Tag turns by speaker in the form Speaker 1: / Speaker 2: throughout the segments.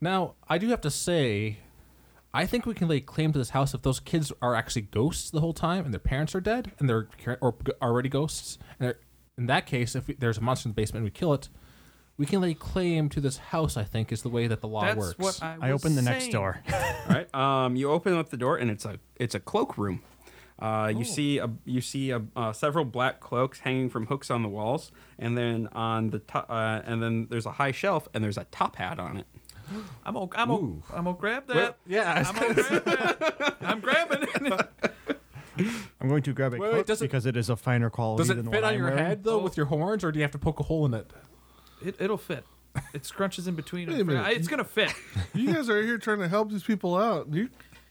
Speaker 1: Now, I do have to say, I think we can lay claim to this house if those kids are actually ghosts the whole time and their parents are dead and they're cur- or g- already ghosts. And they're- in that case, if there's a monster in the basement and we kill it, we can lay claim to this house. I think is the way that the law
Speaker 2: That's
Speaker 1: works.
Speaker 2: what I,
Speaker 3: I
Speaker 2: was
Speaker 3: opened the next
Speaker 2: saying.
Speaker 3: door.
Speaker 4: All right. Um, you open up the door, and it's a it's a cloak room. Uh, you see
Speaker 2: Oh.
Speaker 4: a, you see a, uh, several black cloaks hanging from hooks on the walls, and then on the top, uh, and then there's a high shelf, and there's a top hat on it.
Speaker 2: I'm gonna, I'm gonna, I'm gonna grab that.
Speaker 1: yeah, I was
Speaker 2: I'm gonna grab that. I'm grabbing it.
Speaker 3: I'm going to grab it
Speaker 1: Wait, wait,
Speaker 3: quick
Speaker 1: does it-
Speaker 3: because it is of finer quality
Speaker 1: Does
Speaker 3: than
Speaker 1: it
Speaker 3: the
Speaker 1: fit
Speaker 3: one
Speaker 1: on
Speaker 3: I'm
Speaker 1: your
Speaker 3: wearing.
Speaker 1: head though with your horns, or do you have to poke a hole in it?
Speaker 2: it. It'll fit. It scrunches in between.
Speaker 5: Wait a minute.
Speaker 2: I- It's gonna fit.
Speaker 5: You guys are here trying to help these people out. You,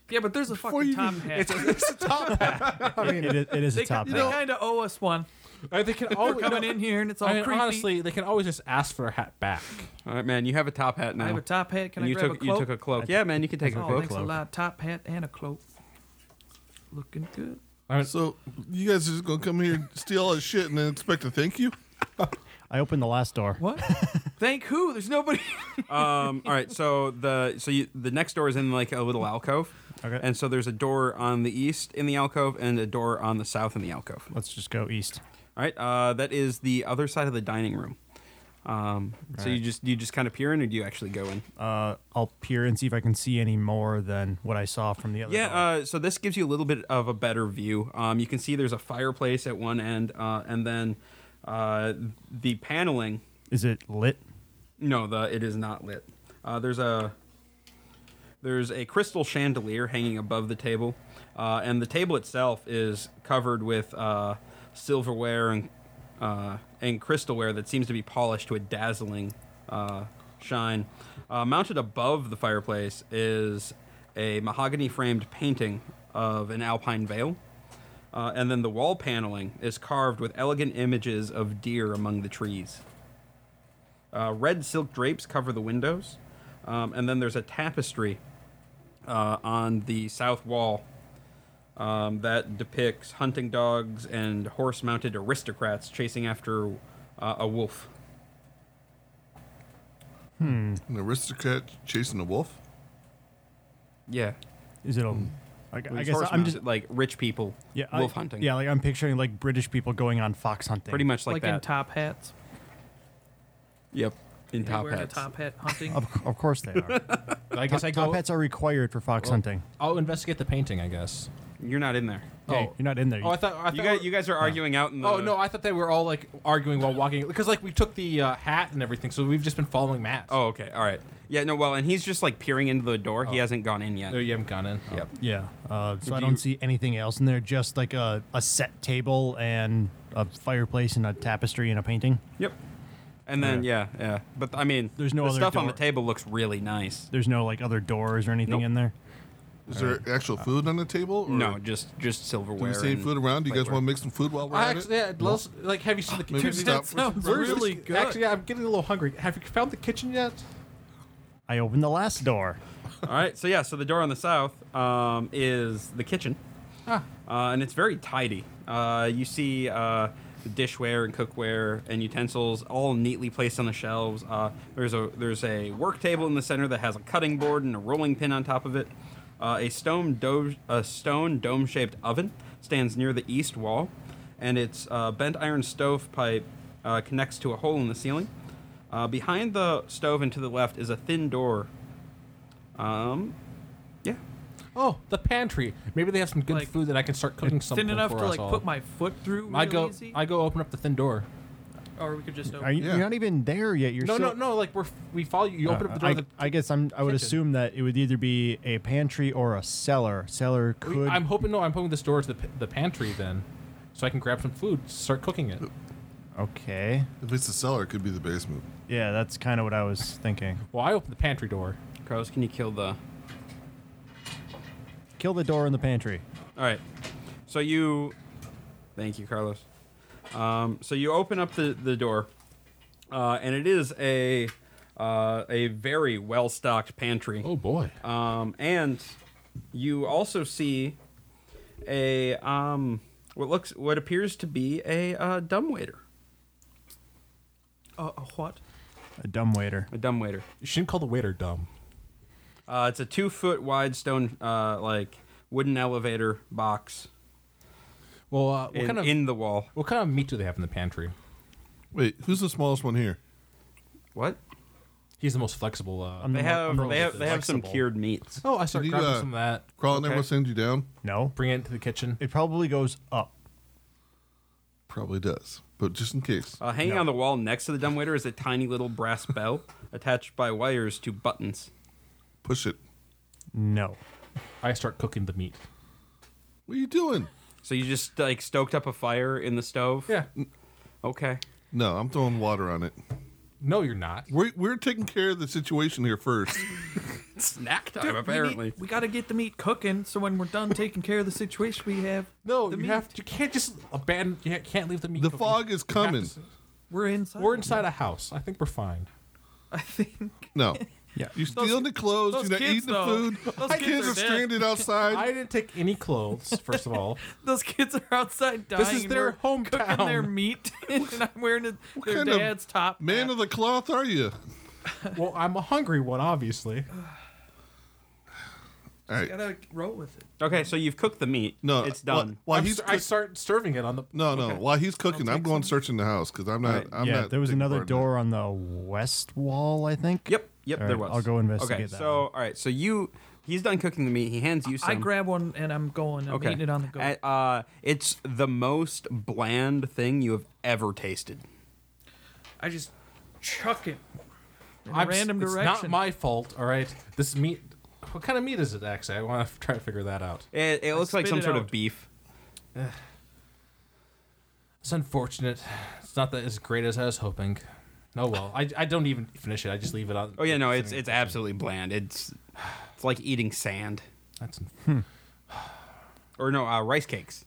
Speaker 2: Yeah, but there's a fucking
Speaker 5: you
Speaker 2: top
Speaker 5: can-
Speaker 2: hat.
Speaker 3: It- it is- it is
Speaker 2: they
Speaker 3: a top hat.
Speaker 2: kind of owe us one.
Speaker 1: Uh, they can
Speaker 2: We're
Speaker 1: always
Speaker 2: coming in here and it's all
Speaker 1: I mean,
Speaker 2: creepy.
Speaker 1: honestly, they can always just ask for a hat back.
Speaker 4: All right, man. You have a top hat now.
Speaker 2: I have a top hat. Can
Speaker 4: and
Speaker 2: I
Speaker 4: you
Speaker 2: grab
Speaker 4: took
Speaker 2: a cloak?
Speaker 4: you took a cloak. Yeah, man. You can take a
Speaker 2: oh,
Speaker 4: cloak.
Speaker 2: thanks a lot. Top hat and a cloak. Looking good.
Speaker 5: so you guys are just gonna come here, and steal all this shit, and then expect to thank you?
Speaker 3: I opened the last door.
Speaker 2: What? Thank who? There's nobody.
Speaker 4: um, all right, so the so you, the next door is in like a little alcove.
Speaker 3: Okay.
Speaker 4: And so there's a door on the east in the alcove and a door on the south in the alcove.
Speaker 3: Let's just go east.
Speaker 4: All right, uh, that is the other side of the dining room. Um, so you just you just kind of peer in, or do you actually go in?
Speaker 3: Uh, I'll peer and see if I can see any more than what I saw from the other.
Speaker 4: Yeah,
Speaker 3: door.
Speaker 4: uh, so this gives you a little bit of a better view. Um, you can see there's a fireplace at one end, uh, and then uh, the paneling.
Speaker 3: is it lit?
Speaker 4: No, the it is not lit. Uh, there's a there's a crystal chandelier hanging above the table, uh, and the table itself is covered with uh, silverware and uh, and crystalware that seems to be polished to a dazzling uh, shine. Uh, mounted above the fireplace is a mahogany framed painting of an alpine vale. Uh, and then the wall paneling is carved with elegant images of deer among the trees. Uh, red silk drapes cover the windows, um, and then there's a tapestry uh, on the south wall um, that depicts hunting dogs and horse-mounted aristocrats chasing after uh, a wolf.
Speaker 5: An aristocrat chasing a wolf?
Speaker 4: Yeah,
Speaker 3: Is it a?
Speaker 1: Hmm.
Speaker 3: I, I
Speaker 4: These
Speaker 3: guess I'm
Speaker 4: horse-mounted,
Speaker 3: just
Speaker 4: like rich people
Speaker 3: yeah.
Speaker 4: wolf
Speaker 3: I,
Speaker 4: hunting.
Speaker 3: Yeah, like I'm picturing like British people going on fox hunting.
Speaker 4: pretty much like,
Speaker 2: like
Speaker 4: that.
Speaker 2: in top hats.
Speaker 4: yep, in
Speaker 2: They
Speaker 4: top
Speaker 2: wearing
Speaker 4: hats.
Speaker 2: a top hat hunting.
Speaker 3: Of, of course they are.
Speaker 1: I guess I
Speaker 3: top
Speaker 1: go.
Speaker 3: hats are required for fox hunting.
Speaker 1: I'll investigate the painting. I guess.
Speaker 4: You're not in there.
Speaker 3: Hey, you're not in there.
Speaker 1: Oh, I thought. I
Speaker 4: You
Speaker 1: thought
Speaker 4: guys, you guys are arguing out in the.
Speaker 1: Oh no! I thought they were all like arguing while walking because like we took the uh, hat and everything, so we've just been following Matt.
Speaker 4: Oh, okay. All right. Yeah. No. Well, and he's just like peering into the door. He hasn't gone in yet.
Speaker 2: Oh,
Speaker 1: no, you haven't gone in.
Speaker 4: Yep.
Speaker 3: Yeah. Uh, so I
Speaker 4: Do
Speaker 3: don't
Speaker 4: you-
Speaker 3: see anything else in there. Just like a, a set table and a fireplace and a tapestry and a painting.
Speaker 4: Yep. And then yeah, yeah. But I mean,
Speaker 3: There's no
Speaker 4: the
Speaker 3: other
Speaker 4: stuff on the
Speaker 3: door.
Speaker 4: table looks really nice.
Speaker 3: There's no like other doors or anything
Speaker 4: Nope.
Speaker 3: in there.
Speaker 5: Is there actual food on the table? Or
Speaker 4: No, just just
Speaker 5: Do
Speaker 4: silverware.
Speaker 5: we save
Speaker 4: and
Speaker 5: food around? Do you guys
Speaker 4: plateware.
Speaker 5: want to make some food
Speaker 2: Oh.
Speaker 5: while we're
Speaker 1: I
Speaker 5: at
Speaker 1: actually,
Speaker 5: it?
Speaker 1: yeah, let's, like, have you seen the
Speaker 5: Maybe
Speaker 1: kitchen?
Speaker 5: we stop for some
Speaker 2: sounds
Speaker 5: food.
Speaker 1: Where's
Speaker 2: really
Speaker 1: the-
Speaker 2: good.
Speaker 1: Actually, I'm getting a little hungry. Have you found the kitchen yet?
Speaker 3: I opened the last door.
Speaker 4: All right. So yeah, so the door on the south um, is the kitchen, uh, and it's very tidy. Uh, you see uh, the dishware and cookware and utensils all neatly placed on the shelves. Uh, there's a there's a work table in the center that has a cutting board and a rolling pin on top of it. Uh, a stone dome a stone dome shaped oven stands near the east wall, and its uh, bent iron stovepipe uh, connects to a hole in the ceiling. Uh, behind the stove and to the left is a thin door um, yeah.
Speaker 1: Oh, the pantry. Maybe they have some good
Speaker 2: Like,
Speaker 1: food that I can start cooking something
Speaker 2: Thin enough
Speaker 1: for
Speaker 2: to
Speaker 1: us
Speaker 2: like
Speaker 1: all.
Speaker 2: put my foot through.
Speaker 1: I
Speaker 2: real
Speaker 1: go.
Speaker 2: easy.
Speaker 1: I go open up the thin door.
Speaker 2: or we could just open.
Speaker 3: Are you,
Speaker 5: Yeah.
Speaker 3: You're not even there yet. You're
Speaker 1: No,
Speaker 3: still, Uh,
Speaker 1: no, no. Like we're we follow you. You open up the door.
Speaker 3: I,
Speaker 1: the,
Speaker 3: I guess I'm. I would
Speaker 1: kitchen.
Speaker 3: assume that it would either be a pantry or a cellar. Cellar
Speaker 1: we-
Speaker 3: could.
Speaker 1: I'm hoping. No, I'm hoping this door is the p- the pantry then, so I can grab some food, start cooking it.
Speaker 3: okay.
Speaker 5: If it's the cellar, it could be the basement.
Speaker 3: Yeah, that's kind of what I was thinking.
Speaker 1: Well, I open the pantry door.
Speaker 4: Carlos, can you kill the? All
Speaker 3: Kill the door in the pantry.
Speaker 4: right. So you, thank you, Carlos. Um, so you open up the the door, uh, and it is a uh, a very well stocked pantry.
Speaker 1: Oh boy.
Speaker 4: Um, and you also see a um, what looks what appears to be a uh, dumbwaiter.
Speaker 2: Uh, a what?
Speaker 3: A dumb waiter.
Speaker 4: A dumbwaiter.
Speaker 1: You shouldn't call the waiter dumb.
Speaker 4: Uh, it's a two foot wide stone uh, like wooden elevator box
Speaker 1: Well, uh, what
Speaker 4: in,
Speaker 1: kind of
Speaker 4: in the wall.
Speaker 1: what kind of meat do they have in the pantry?
Speaker 5: Wait, who's the smallest one here?
Speaker 4: What?
Speaker 1: He's the most flexible. Uh,
Speaker 3: I'm
Speaker 4: They
Speaker 3: the mo-
Speaker 4: have
Speaker 3: I'm the
Speaker 4: they have
Speaker 3: most
Speaker 4: they have some
Speaker 3: flexible.
Speaker 4: cured meats.
Speaker 1: oh, I started
Speaker 5: you,
Speaker 1: grabbing
Speaker 5: uh,
Speaker 1: some of that.
Speaker 5: Crawl in there,
Speaker 4: Okay.
Speaker 5: we'll send you down.
Speaker 3: No,
Speaker 1: Bring it to the kitchen.
Speaker 3: it probably goes up.
Speaker 5: Probably does, but just in case.
Speaker 4: Uh, hanging on the wall next to the dumbwaiter is a tiny little brass bell attached by wires to buttons.
Speaker 5: Push it.
Speaker 3: No.
Speaker 1: I start cooking the meat.
Speaker 5: What are you doing?
Speaker 4: So you just like stoked up a fire in the stove. Okay.
Speaker 5: No, I'm throwing water on it.
Speaker 1: No, you're not.
Speaker 5: We're, we're taking care of the situation here first.
Speaker 4: Snack time
Speaker 2: Dude, we need-
Speaker 4: apparently.
Speaker 2: we, gotta get the meat cooking. So when we're done taking care of the situation, we have
Speaker 1: No,
Speaker 2: the
Speaker 1: you
Speaker 2: meat.
Speaker 1: have. You can't just abandon. You can't leave the meat.
Speaker 5: The
Speaker 1: cooking.
Speaker 5: fog is
Speaker 1: You have
Speaker 5: coming.
Speaker 1: to-
Speaker 2: We're inside.
Speaker 1: We're inside a house. I think we're fine.
Speaker 2: I think.
Speaker 5: No.
Speaker 3: Yeah.
Speaker 5: You're stealing the clothes.
Speaker 2: those
Speaker 5: You're not
Speaker 2: kids,
Speaker 5: eating the
Speaker 2: though.
Speaker 5: food.
Speaker 2: Those
Speaker 5: The
Speaker 2: kids
Speaker 5: kids
Speaker 2: are
Speaker 5: are
Speaker 2: dead.
Speaker 5: stranded
Speaker 1: I
Speaker 5: outside.
Speaker 1: didn't take any clothes. First of all,
Speaker 2: Those kids are outside dying.
Speaker 1: This is their
Speaker 2: They're Cooking their
Speaker 1: hometown.
Speaker 2: meat, and I'm wearing a, their
Speaker 5: kind of
Speaker 2: dad's top.
Speaker 5: Man of the cloth, are you?
Speaker 1: well, I'm a hungry one, obviously.
Speaker 5: All right.
Speaker 2: gotta roll with it.
Speaker 4: Okay, so you've cooked the meat.
Speaker 5: No,
Speaker 4: it's
Speaker 5: wha-
Speaker 4: done.
Speaker 5: While
Speaker 1: I'm
Speaker 5: he's
Speaker 1: s- I
Speaker 5: cook-
Speaker 1: start serving it on the.
Speaker 5: no, no. While he's cooking, I'm going searching the house because I'm not.
Speaker 4: Alright.
Speaker 5: I'm
Speaker 3: yeah,
Speaker 5: not
Speaker 3: there was
Speaker 5: taking
Speaker 3: another
Speaker 5: part in that.
Speaker 3: door on the west wall, I think.
Speaker 4: Yep, yep,
Speaker 3: All
Speaker 4: there
Speaker 3: right,
Speaker 4: was.
Speaker 3: I'll go investigate
Speaker 4: okay,
Speaker 3: that
Speaker 4: So,
Speaker 3: one.
Speaker 4: all right, so you he's done cooking the meat. He hands you some.
Speaker 2: I grab one and I'm going. I'm
Speaker 4: okay.
Speaker 2: eating it on the go.
Speaker 4: Uh, uh, it's the most bland thing you have ever tasted.
Speaker 2: I just chuck it in a
Speaker 1: I'm s-
Speaker 2: random
Speaker 1: it's not
Speaker 2: direction.
Speaker 1: my fault. All right, this meat. What kind of meat is it? Actually, I want to try to figure that out.
Speaker 4: It, it looks like
Speaker 2: spit
Speaker 4: some
Speaker 2: it
Speaker 4: sort of
Speaker 2: out.
Speaker 4: beef.
Speaker 1: It's unfortunate. It's not that as great as I was hoping. Oh well, I, I don't even finish it. I just leave it on.
Speaker 4: Oh yeah, no, it's it's absolutely bland. It's it's like eating sand
Speaker 1: That's
Speaker 4: or no uh, rice cakes.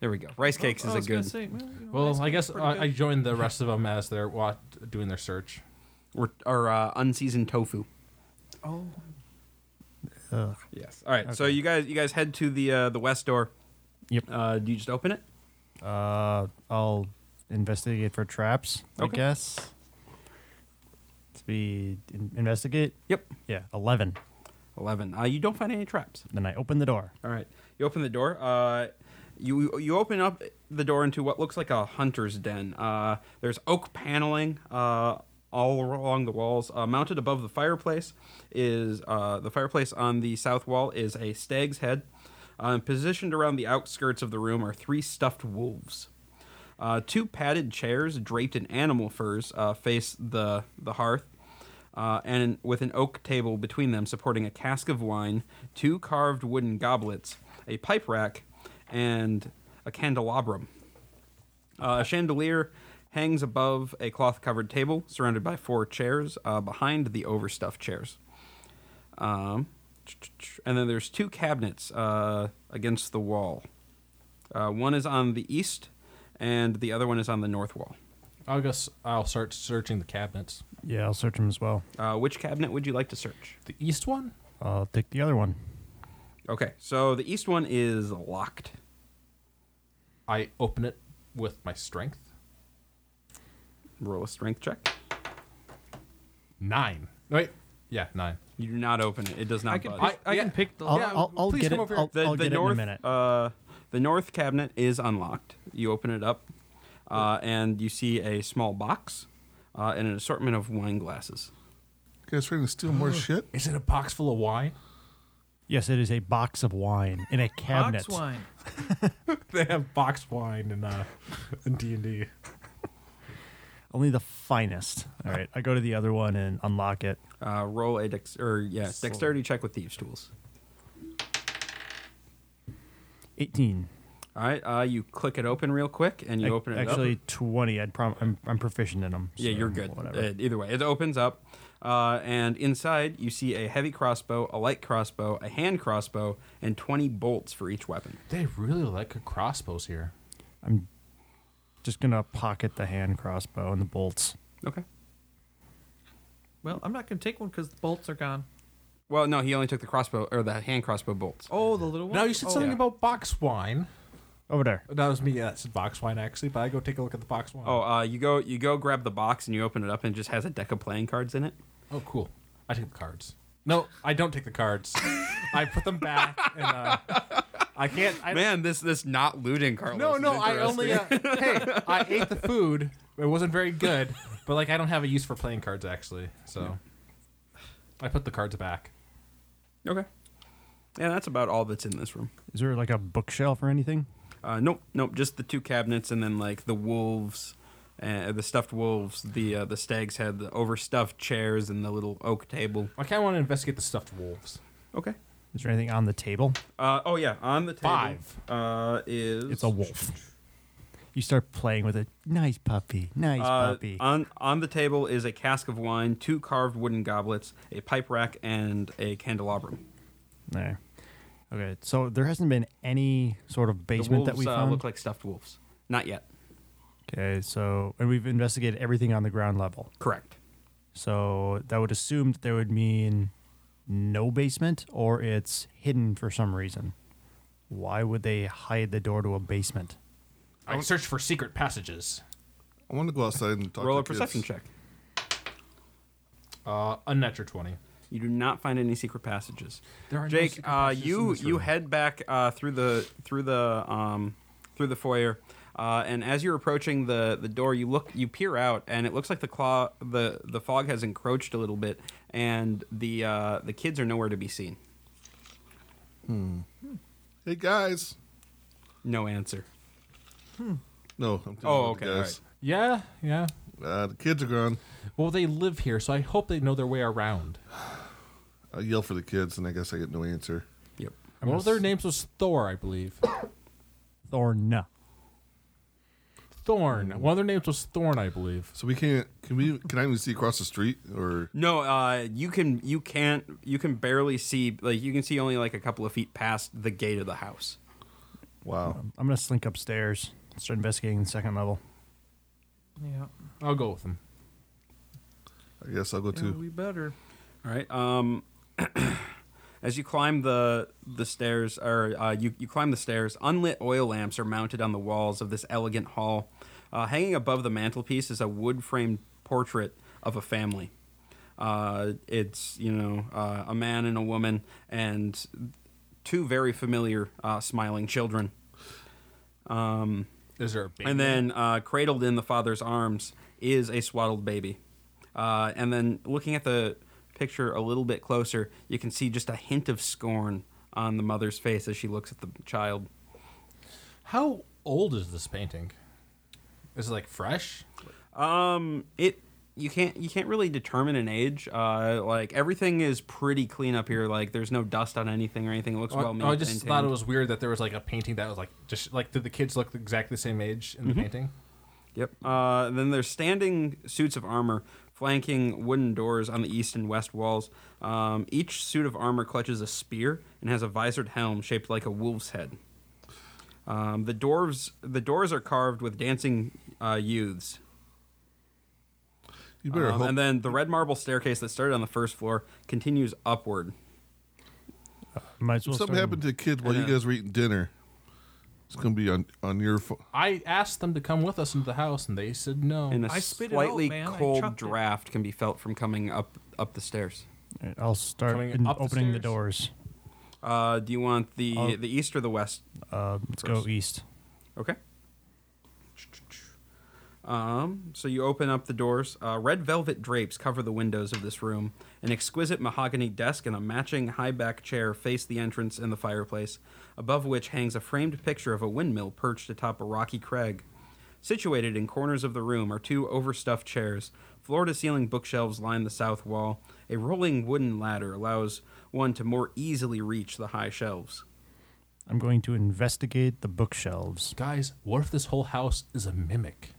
Speaker 4: There we go. Rice cakes
Speaker 2: Oh, I
Speaker 4: is a
Speaker 2: was gonna
Speaker 4: good.
Speaker 2: say, well, you know,
Speaker 1: well.
Speaker 2: that's
Speaker 1: I guess
Speaker 2: pretty
Speaker 1: I,
Speaker 2: good.
Speaker 1: I joined the rest of them as they're wa- doing their search.
Speaker 4: Or, or uh, unseasoned tofu.
Speaker 2: oh,
Speaker 3: Ugh.
Speaker 4: Yes. All right. So you guys you guys head to the uh, the west door.
Speaker 3: Yep.
Speaker 4: Uh, do you just open it?
Speaker 3: Uh, I'll investigate for traps.
Speaker 4: Okay.
Speaker 3: I guess. To be in- investigate.
Speaker 4: Yep.
Speaker 3: Yeah, eleven.
Speaker 4: Eleven. Uh, you don't find any traps.
Speaker 3: Then I open the door.
Speaker 4: All right. You open the door. Uh, you you open up the door into what looks like a hunter's den. Uh, there's oak paneling uh, all along the walls. Uh, mounted above the fireplace is uh, the fireplace on the south wall is a stag's head. Uh, positioned around the outskirts of the room are three stuffed wolves. Uh, two padded chairs draped in animal furs uh, face the the hearth, uh, and with an oak table between them supporting a cask of wine, two carved wooden goblets, a pipe rack, and a candelabrum. Uh, a chandelier hangs above a cloth covered table surrounded by four chairs uh, behind the overstuffed chairs. Um, and then there's two cabinets uh, against the wall. Uh, one is on the east, and the other one is on the north wall.
Speaker 1: I guess I'll start searching the cabinets.
Speaker 3: Yeah, I'll search them as well.
Speaker 4: Uh, which cabinet would you like to search?
Speaker 1: The east one.
Speaker 3: I'll take the other one.
Speaker 4: Okay, so the east one is locked.
Speaker 1: I open it with my strength.
Speaker 4: Roll a strength check.
Speaker 1: Nine. Wait. Yeah, nine.
Speaker 4: You do not open it. It does not.
Speaker 2: I can
Speaker 4: budge.
Speaker 2: pick, I,
Speaker 1: yeah.
Speaker 2: can pick the.
Speaker 3: I'll,
Speaker 1: Yeah,
Speaker 3: I'll, I'll
Speaker 1: please
Speaker 3: get
Speaker 1: come
Speaker 3: it.
Speaker 1: over here.
Speaker 3: I'll,
Speaker 4: the,
Speaker 3: I'll
Speaker 4: the
Speaker 3: get
Speaker 4: north,
Speaker 3: it in a minute.
Speaker 4: Uh, the north cabinet is unlocked. You open it up, uh, and you see a small box uh, and an assortment of wine glasses.
Speaker 5: You guys trying to steal more shit?
Speaker 1: Is it a box full of wine?
Speaker 3: yes, it is a box of wine in a cabinet.
Speaker 2: Box wine.
Speaker 1: they have box wine in uh in D and D.
Speaker 3: Only the finest. All right, I go to the other one and unlock it.
Speaker 4: Uh, roll a dex or yeah dexterity check with thieves tools.
Speaker 3: Eighteen.
Speaker 4: All right, uh, you click it open real quick, and you
Speaker 3: Ac-
Speaker 4: open it up.
Speaker 3: actually twenty. I'd prom- I'm I'm proficient in them.
Speaker 4: Yeah, you're good.
Speaker 3: Whatever.
Speaker 4: Uh, either way, it opens up, uh, and inside you see a heavy crossbow, a light crossbow, a hand crossbow, and 20 bolts for each weapon.
Speaker 1: They really like crossbows here.
Speaker 3: I'm just gonna pocket the hand crossbow and the bolts.
Speaker 4: Okay.
Speaker 2: Well, I'm not gonna take one because the bolts are gone.
Speaker 4: Well, no, he only took the crossbow or the hand crossbow bolts.
Speaker 2: Oh, the little one.
Speaker 1: Now you said
Speaker 2: oh,
Speaker 1: something
Speaker 4: yeah.
Speaker 1: about box wine.
Speaker 3: Over there.
Speaker 1: That was me. Yeah, that said box wine actually. But I go take a look at the box wine.
Speaker 4: Oh, uh, you go you go grab the box and you open it up and it just has a deck of playing cards in it.
Speaker 1: Oh, cool. I take the cards. No, I don't take the cards. I put them back. And, uh, I can't. I,
Speaker 4: Man, this this not looting Carlos.
Speaker 1: no,
Speaker 4: is
Speaker 1: no. I only.
Speaker 4: interesting.
Speaker 1: Uh, hey, I ate the food. It wasn't very good, but like I don't have a use for playing cards actually. So I put the cards back.
Speaker 4: okay. Yeah, that's about all that's in this room.
Speaker 3: Is there like a bookshelf or anything?
Speaker 4: Uh, nope, nope. Just the two cabinets, and then like the wolves, uh, the stuffed wolves, the uh, the stag's head, the overstuffed chairs, and the little oak table.
Speaker 1: I kind of want to investigate the stuffed wolves.
Speaker 4: Okay.
Speaker 3: Is there anything on the table?
Speaker 4: Uh, oh yeah, on the table
Speaker 1: Five.
Speaker 4: uh, is
Speaker 3: It's a wolf. You start playing with it. Nice puppy. Nice
Speaker 4: uh,
Speaker 3: puppy.
Speaker 4: on on the table is a cask of wine, two carved wooden goblets, a pipe rack, and a candelabrum.
Speaker 3: there. Okay, so there hasn't been any sort of
Speaker 4: The
Speaker 3: basement
Speaker 4: wolves
Speaker 3: that we
Speaker 4: uh,
Speaker 3: found.
Speaker 4: look like stuffed wolves. Not yet.
Speaker 3: okay, so and we've investigated everything on the ground level.
Speaker 4: Correct.
Speaker 3: So that would assume that there would mean no basement or it's hidden for some reason. Why would they hide the door to a basement?
Speaker 1: I would search for secret passages.
Speaker 5: I want to go outside and talk
Speaker 4: Roll
Speaker 5: to
Speaker 4: a
Speaker 5: the kids.
Speaker 4: perception check.
Speaker 1: Uh, unnatural twenty.
Speaker 4: You do not find any secret passages.
Speaker 1: There are no
Speaker 4: Jake,
Speaker 1: secret
Speaker 4: uh,
Speaker 1: passages in
Speaker 4: you
Speaker 1: this
Speaker 4: you
Speaker 1: room.
Speaker 4: head back uh, through the through the um, through the foyer, uh, and as you're approaching the, the door, you look you peer out, and it looks like the claw the, the fog has encroached a little bit, and the uh, the kids are nowhere to be seen.
Speaker 5: Hey guys.
Speaker 4: No answer.
Speaker 5: No, I'm talking
Speaker 4: Oh,
Speaker 5: about
Speaker 4: okay,
Speaker 5: the guys.
Speaker 1: Yeah, yeah.
Speaker 5: Uh, the kids are gone.
Speaker 1: Well, they live here, so I hope they know their way around.
Speaker 5: I yell for the kids, and I guess I get no answer.
Speaker 4: Yep.
Speaker 1: One of their names was Thor, I believe.
Speaker 3: Thorn.
Speaker 1: Thorn. One of their names was Thorn, I believe.
Speaker 5: So we can't. Can we? Can I even see across the street? Or
Speaker 4: No, uh, you can you can't you can barely see like you can see only like a couple of feet past the gate of the house.
Speaker 5: wow.
Speaker 3: I'm gonna slink upstairs, and start investigating the second level.
Speaker 2: Yeah.
Speaker 1: I'll go with them.
Speaker 5: I guess I'll go
Speaker 2: yeah,
Speaker 5: too.
Speaker 2: we better.
Speaker 4: All right. Um, as you climb the the stairs, or uh, you you climb the stairs, unlit oil lamps are mounted on the walls of this elegant hall. Uh, hanging above the mantelpiece is a wood framed portrait of a family. Uh, it's you know uh, a man and a woman and two very familiar uh, smiling children. Um,
Speaker 1: Is there a baby?
Speaker 4: and then uh, cradled in the father's arms is a swaddled baby. Uh, and then looking at the picture a little bit closer, you can see just a hint of scorn on the mother's face as she looks at the child.
Speaker 1: how old is this painting? Is it like fresh?
Speaker 4: Um, it you can't you can't really determine an age. Uh, like everything is pretty clean up here. Like there's no dust on anything or anything. It looks well
Speaker 1: Oh, I, I just thought it was weird that there was like a painting that was like just like did the kids look exactly the same age in the painting?
Speaker 4: Yep. Uh, then there's standing suits of armor flanking wooden doors on the east and west walls. Um, each suit of armor clutches a spear and has a visored helm shaped like a wolf's head. Um, the dwarves, the doors are carved with dancing uh, youths.
Speaker 5: You better
Speaker 4: Um,
Speaker 5: hope.
Speaker 4: and then the red marble staircase that started on the first floor continues upward.
Speaker 3: Might as well
Speaker 5: something
Speaker 3: start-
Speaker 5: happened to the kids while you
Speaker 4: Yeah.
Speaker 5: guys were eating dinner. It's gonna be on on your phone.
Speaker 1: I asked them to come with us into the house, and they said no.
Speaker 4: And a
Speaker 2: I spit it out,
Speaker 4: slightly
Speaker 2: man. I
Speaker 4: cold
Speaker 2: chucked it.
Speaker 4: draft can be felt from coming up up the stairs.
Speaker 3: Alright, I'll start
Speaker 1: Coming
Speaker 3: in-
Speaker 1: up the
Speaker 3: opening the
Speaker 1: stairs?
Speaker 3: doors.
Speaker 4: Uh, do you want the
Speaker 3: Oh.
Speaker 4: the east or the west
Speaker 3: Uh, let's
Speaker 4: First.
Speaker 3: go east.
Speaker 4: Okay. Um, so you open up the doors. Uh, red velvet drapes cover the windows of this room. An exquisite mahogany desk and a matching high back chair face the entrance and the fireplace, above which hangs a framed picture of a windmill perched atop a rocky crag. Situated in corners of the room are two overstuffed chairs. Floor to ceiling bookshelves line the south wall. A rolling wooden ladder allows one to more easily reach the high shelves.
Speaker 3: I'm going to investigate the bookshelves.
Speaker 1: Guys, what if this whole house is a mimic?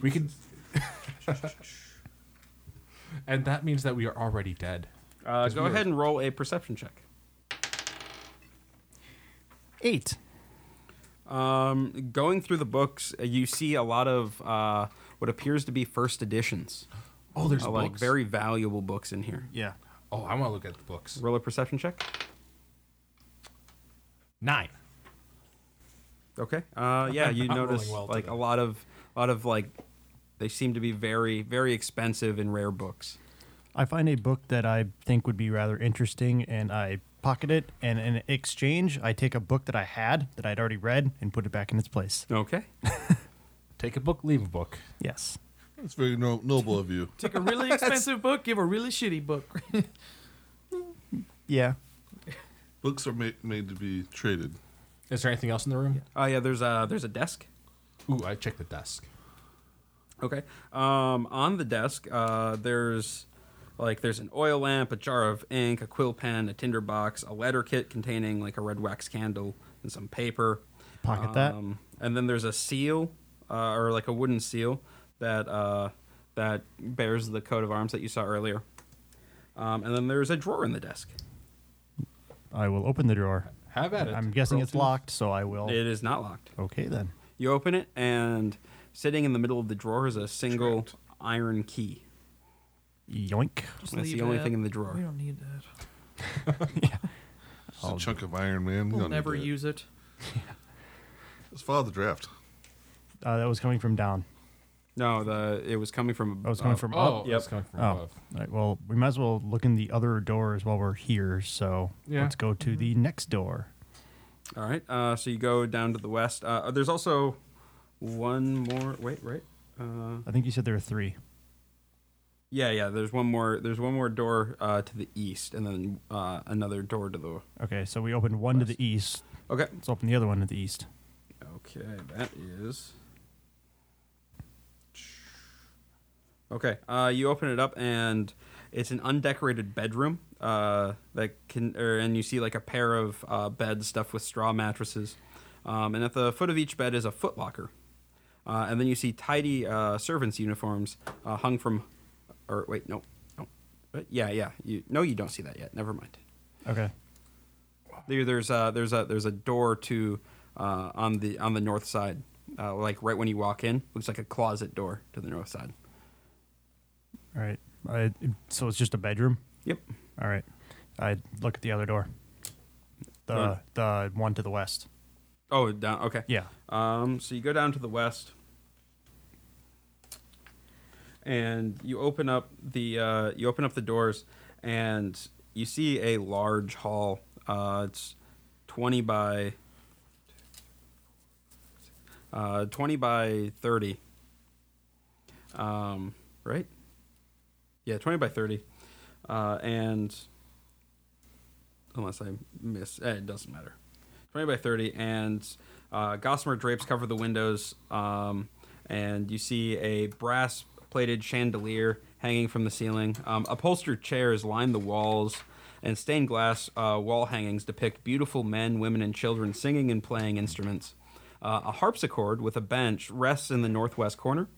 Speaker 1: we could. and that means that we are already dead.
Speaker 4: Uh, go ahead and roll a perception check.
Speaker 3: Eight.
Speaker 4: Um, going through the books, you see a lot of uh, what appears to be first editions.
Speaker 1: Oh, there's
Speaker 4: Uh, like
Speaker 1: books?
Speaker 4: very valuable books in here.
Speaker 3: Yeah.
Speaker 1: Oh, I want to look at the books.
Speaker 4: Roll a perception check.
Speaker 1: Nine.
Speaker 4: Okay. Uh, yeah, you
Speaker 1: Not
Speaker 4: notice
Speaker 1: rolling well
Speaker 4: like
Speaker 1: today.
Speaker 4: a lot of, a lot of like, they seem to be very, very expensive and rare books.
Speaker 3: I find a book that I think would be rather interesting and I pocket it. And in exchange, I take a book that I had that I'd already read and put it back in its place.
Speaker 4: Okay.
Speaker 1: Take a book, leave a book.
Speaker 3: Yes.
Speaker 5: That's very no- noble of you.
Speaker 2: Take a really expensive book, give a really shitty book.
Speaker 3: Yeah.
Speaker 5: Books are ma- made to be traded.
Speaker 1: Is there anything else in the room?
Speaker 4: Oh yeah, there's a there's a desk.
Speaker 1: Ooh, I checked the desk.
Speaker 4: Okay. Um, on the desk, uh, there's like there's an oil lamp, a jar of ink, a quill pen, a tinder box, a letter kit containing like a red wax candle and some paper.
Speaker 3: Pocket that.
Speaker 4: that. And then there's a seal, uh, or like a wooden seal that uh, that bears the coat of arms that you saw earlier. Um, and then there's a drawer in the desk.
Speaker 3: I will open the drawer.
Speaker 1: Have at it.
Speaker 3: I'm guessing it's
Speaker 1: Carlton.
Speaker 3: locked, so I will.
Speaker 4: It is not locked.
Speaker 3: Okay, then.
Speaker 4: You open it, and sitting in the middle of the drawer is a single iron key.
Speaker 3: Yoink.
Speaker 2: Just
Speaker 4: That's
Speaker 2: leave
Speaker 4: the only
Speaker 2: that.
Speaker 4: thing in the drawer.
Speaker 2: We don't need that.
Speaker 5: It's a chunk of iron, man. You
Speaker 2: We'll
Speaker 5: don't need
Speaker 2: never
Speaker 5: that.
Speaker 2: use it.
Speaker 5: Let's follow the draft.
Speaker 3: Uh, that was coming from down.
Speaker 4: No, the it was coming from.
Speaker 3: That was coming
Speaker 4: above.
Speaker 3: from
Speaker 1: Oh,
Speaker 3: up.
Speaker 1: yep. it's coming from
Speaker 3: Oh, all
Speaker 1: above.
Speaker 3: right. Well, we might as well look in the other doors while we're here. So
Speaker 1: Yeah. Mm-hmm.
Speaker 3: let's go to the next door.
Speaker 4: All right. Uh, so you go down to the west. Uh, there's also one more. Wait, right? Uh,
Speaker 3: I think you said there were three.
Speaker 4: yeah, yeah. There's one more. There's one more door uh, to the east, and then uh, another door to the.
Speaker 3: Okay, so we opened one to the east.
Speaker 4: Okay.
Speaker 3: Let's open the other one to the east.
Speaker 4: Okay, that is. Okay. Uh, you open it up, and it's an undecorated bedroom. Uh, that can, er, and you see like a pair of uh, beds stuffed with straw mattresses, um, and at the foot of each bed is a footlocker, uh, and then you see tidy uh, servants' uniforms uh, hung from, or wait, no, no, But yeah, yeah. You no, you don't see that yet. Never mind.
Speaker 3: Okay.
Speaker 4: There, there's a there's a there's a door to uh, on the on the north side, uh, like right when you walk in. Looks like a closet door to the north side.
Speaker 3: All right. I, so it's just a bedroom.
Speaker 4: Yep.
Speaker 3: All right. I look at the other door. The
Speaker 4: Yeah.
Speaker 3: the one to the west.
Speaker 4: Oh, down. Okay.
Speaker 3: Yeah.
Speaker 4: Um. So you go down to the west, and you open up the uh, you open up the doors, and you see a large hall. Uh, it's twenty by uh, twenty by thirty. Um. Right. Yeah, twenty by thirty, uh, and unless I miss, eh, it doesn't matter. 20 by 30 and uh, gossamer drapes cover the windows um, and you see a brass plated chandelier hanging from the ceiling um, upholstered chairs line the walls and stained glass uh, wall hangings depict beautiful men women and children singing and playing instruments uh, a harpsichord with a bench rests in the northwest corner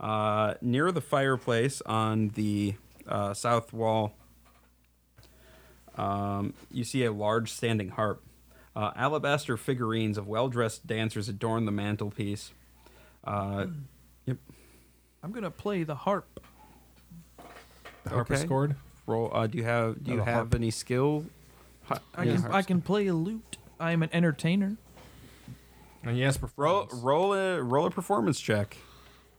Speaker 4: uh, near the fireplace on the uh, south wall um, you see a large standing harp. Uh, alabaster figurines of well dressed dancers adorn the mantelpiece. Uh, Yep.
Speaker 2: I'm gonna play the harp.
Speaker 1: The Harper
Speaker 4: Okay.
Speaker 1: scored.
Speaker 4: Roll. Uh, do you have Do you
Speaker 3: the
Speaker 4: have
Speaker 3: harp.
Speaker 4: any skill? Hi-
Speaker 2: I
Speaker 4: yeah,
Speaker 2: can
Speaker 4: harps.
Speaker 2: I can play a lute. I am an entertainer.
Speaker 1: And yes, for
Speaker 4: roll roll a roll a performance check.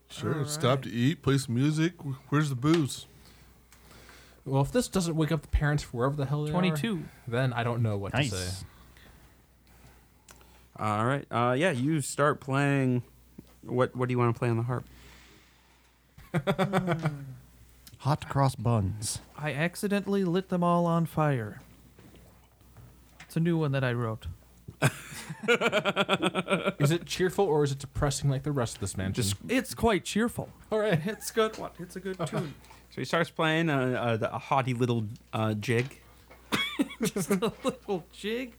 Speaker 5: Sure.
Speaker 2: All
Speaker 5: Stop to eat, play some music. Wh- Where's the booze?
Speaker 1: Well, if this doesn't wake up the parents for wherever the hell they
Speaker 2: Twenty
Speaker 1: are,
Speaker 2: two.
Speaker 1: then I don't know what to
Speaker 3: Nice.
Speaker 1: say.
Speaker 4: All right. Uh, yeah, you start playing. What What do you want to play on the harp?
Speaker 3: Hot cross buns.
Speaker 2: I accidentally lit them all on fire. It's a new one that I wrote.
Speaker 1: Is it cheerful or is it depressing like the rest of this mansion?
Speaker 4: Just-
Speaker 2: It's quite cheerful.
Speaker 1: all right.
Speaker 2: It's good one. It's a good tune.
Speaker 4: So he starts playing a, a, a haughty little uh, jig.
Speaker 2: Little jig.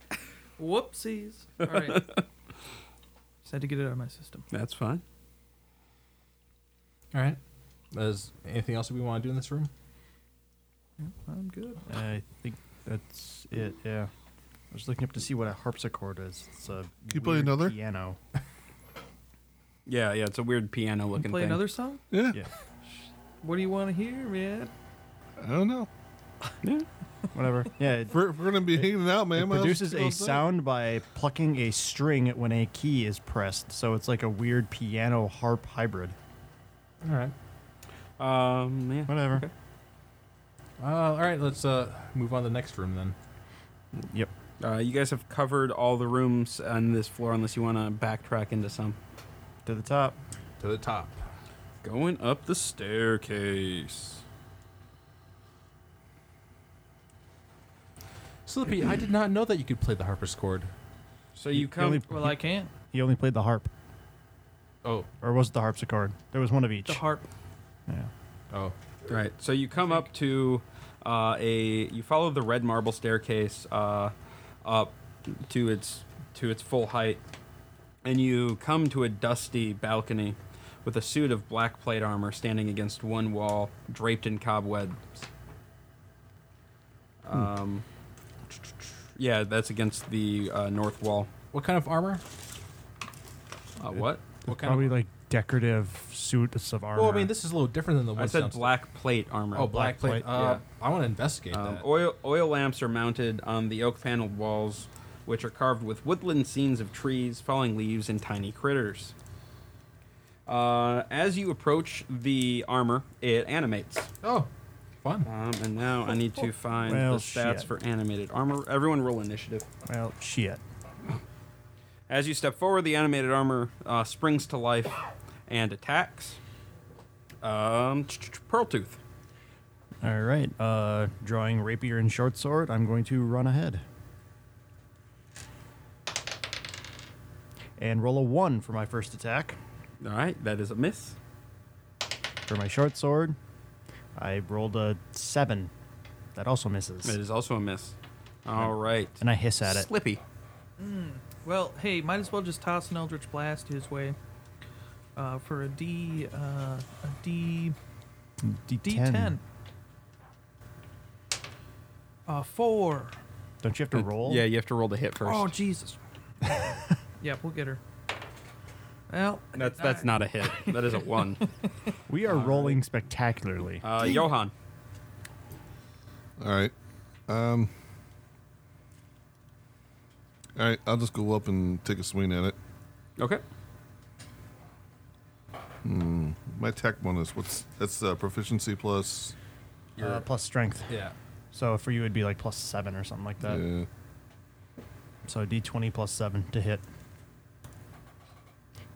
Speaker 2: Whoopsies. All right. Just had to get it out of my system.
Speaker 4: That's fine.
Speaker 1: All right. Is anything else we want to do in this room?
Speaker 2: I'm good.
Speaker 3: I think that's it. Yeah. I was looking up to see what a harpsichord is. It's a
Speaker 5: you play weird another?
Speaker 3: piano.
Speaker 4: Yeah, yeah, it's a weird piano
Speaker 2: Wanna
Speaker 4: looking
Speaker 2: Play
Speaker 4: thing.
Speaker 2: another song.
Speaker 5: Yeah.
Speaker 3: Yeah.
Speaker 2: What do you want to hear, man?
Speaker 5: I don't know.
Speaker 3: Whatever. Yeah. It,
Speaker 5: If we're, if we're gonna be hanging out, man.
Speaker 3: it
Speaker 5: what else
Speaker 3: produces
Speaker 5: you gonna
Speaker 3: a
Speaker 5: say?
Speaker 3: sound by plucking a string when a key is pressed. So it's like a weird piano harp hybrid.
Speaker 1: All right.
Speaker 4: Um, yeah.
Speaker 3: Whatever.
Speaker 1: Uh, all right. Let's uh, move on to the next room then.
Speaker 3: Yep.
Speaker 4: Uh, you guys have covered all the rooms on this floor, unless you want to backtrack into some.
Speaker 3: To the top.
Speaker 1: To the top.
Speaker 4: Going up the staircase.
Speaker 1: Slippy, I did not know that you could play the harpsichord.
Speaker 4: So you come.
Speaker 3: only-
Speaker 2: Well, I can't.
Speaker 3: He only played the harp,
Speaker 1: Oh,
Speaker 3: or was it the harpsichord? There was one of each.
Speaker 2: The harp.
Speaker 3: yeah.
Speaker 1: oh.
Speaker 4: Right. So you come up to uh, a you follow the red marble staircase uh, up to its to its full height, and you come to a dusty balcony with a suit of black plate armor standing against one wall, draped in cobwebs.
Speaker 1: Hmm.
Speaker 4: Um, yeah, that's against the uh, north wall.
Speaker 1: What kind of armor?
Speaker 4: Uh, what?
Speaker 1: What kind
Speaker 3: Probably
Speaker 1: of?
Speaker 3: like decorative suits of armor.
Speaker 1: Well, I mean, this is a little different than the one.
Speaker 4: I said black plate armor.
Speaker 1: Oh, black, plate.
Speaker 3: plate,
Speaker 1: Uh,
Speaker 4: yeah.
Speaker 1: I want to investigate
Speaker 4: Um,
Speaker 1: that.
Speaker 4: oil oil lamps are mounted on the oak paneled walls, which are carved with woodland scenes of trees, falling leaves, and tiny critters. Uh, as you approach the armor, it animates.
Speaker 1: oh, fun.
Speaker 4: Um, and now I need to find
Speaker 3: Well,
Speaker 4: the stats
Speaker 3: shit.
Speaker 4: for animated armor. Everyone roll initiative.
Speaker 3: well, shit.
Speaker 4: As you step forward, the animated armor uh, springs to life and attacks. Um, Pearl Tooth.
Speaker 3: All right. Uh, drawing rapier and short sword. I'm going to run ahead and roll a one for my first attack.
Speaker 4: All right, that is a miss.
Speaker 3: For my short sword, I rolled a seven. That also
Speaker 4: It
Speaker 3: misses.
Speaker 4: is also a miss. All right.
Speaker 3: And I hiss at it.
Speaker 4: Slippy.
Speaker 2: Well, hey, might as well just toss an Eldritch Blast his way. Uh, for a D, uh, a D, D10. Uh, four.
Speaker 3: Don't you have to roll?
Speaker 4: Yeah, you have to roll the hit first.
Speaker 2: Oh Jesus. yep, we'll get her. Well, I
Speaker 4: That's
Speaker 2: did
Speaker 4: that's not a hit. That is a one.
Speaker 3: We are rolling spectacularly.
Speaker 4: Uh, Johan.
Speaker 5: All right. Um. All right. I'll just go up and take a swing at it.
Speaker 4: Okay.
Speaker 5: My attack bonus. What's that's uh, proficiency plus.
Speaker 3: Uh, plus strength.
Speaker 1: Yeah.
Speaker 3: So for you, it'd be like plus seven or something like that.
Speaker 5: yeah.
Speaker 3: So d20 plus seven to hit.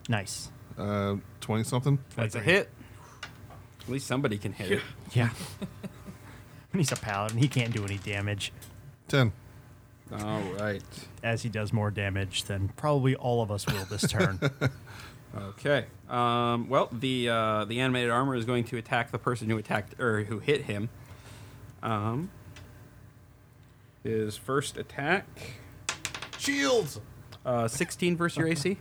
Speaker 3: Nice.
Speaker 5: Uh, twenty something.
Speaker 4: That's a
Speaker 3: Twenty-three.
Speaker 4: hit. At least somebody can hit it.
Speaker 3: Yeah. He's a paladin. He can't do any damage.
Speaker 5: Ten.
Speaker 4: All right.
Speaker 3: As he does more damage than probably all of us will this turn.
Speaker 4: Okay. Um, well, the uh, the animated armor is going to attack the person who attacked or who hit him. Um, his first attack,
Speaker 1: Shields.
Speaker 4: uh, 16 versus your AC.